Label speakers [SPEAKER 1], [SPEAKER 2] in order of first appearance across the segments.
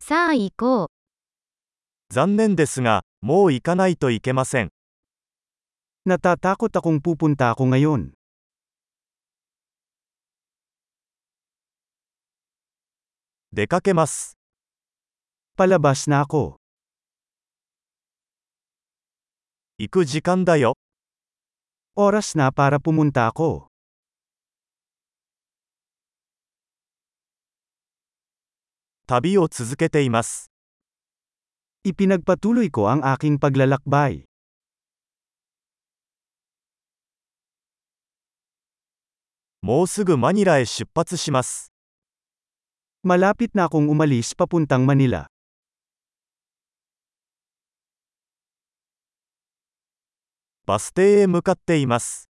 [SPEAKER 1] さあ行こう。
[SPEAKER 2] 残念ですが、もう行かないといけません。
[SPEAKER 3] Natatakot akong pupunta ako ngayon.
[SPEAKER 2] 出かけます。
[SPEAKER 3] Palabas na ako.
[SPEAKER 2] 行く時間だよ。
[SPEAKER 3] Oras na para pumunta ako.
[SPEAKER 2] 旅を続けています。
[SPEAKER 3] Ipinagpatuloy ko ang aking paglalakbay.
[SPEAKER 2] もうすぐマニラへ出発します。
[SPEAKER 3] Malapit na akong umalis papuntang Manila.
[SPEAKER 2] バス停へ向かっています。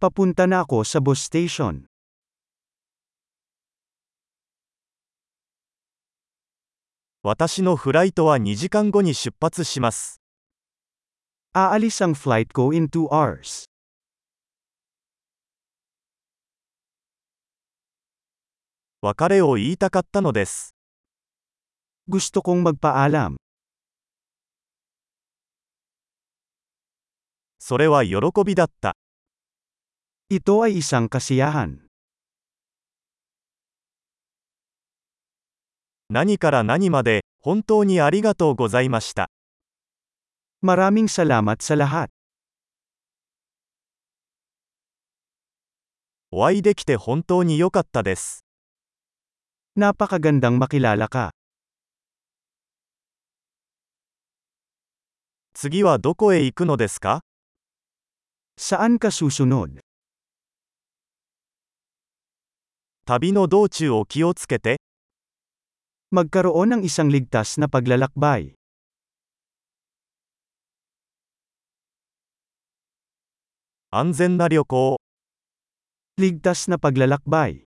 [SPEAKER 3] Papunta na ako sa bus station.
[SPEAKER 2] 私のフライトは2時間後に出発します。
[SPEAKER 3] Aalis ang flight ko in 2 hours.
[SPEAKER 2] 別れを言いたかったのです。
[SPEAKER 3] Gusto kong magpaalam.
[SPEAKER 2] それは喜びだった。
[SPEAKER 3] Ito ay isang kasiyahan.
[SPEAKER 2] 何から何まで、本当にありがとうございました。
[SPEAKER 3] Maraming salamat sa lahat.
[SPEAKER 2] お会いできて本当に良かったです。
[SPEAKER 3] Napakagandang makilala ka.
[SPEAKER 2] 次はどこへ行くのですか
[SPEAKER 3] Saan ka susunod?
[SPEAKER 2] 旅の道中を気をつけて、
[SPEAKER 3] Magkaroon ng isang ligtas na paglalakbay.
[SPEAKER 2] 安全な旅行を。
[SPEAKER 3] Ligtas na paglalakbay.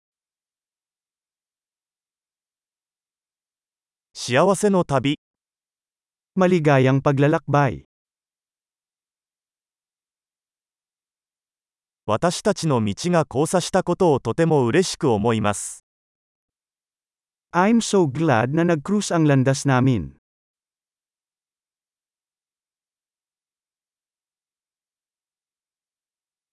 [SPEAKER 2] 幸せの旅。
[SPEAKER 3] Maligayang paglalakbay.
[SPEAKER 2] 私たちの道が交差したことをとても嬉しく思います。
[SPEAKER 3] I'm so glad na nag-cruise ang landas namin.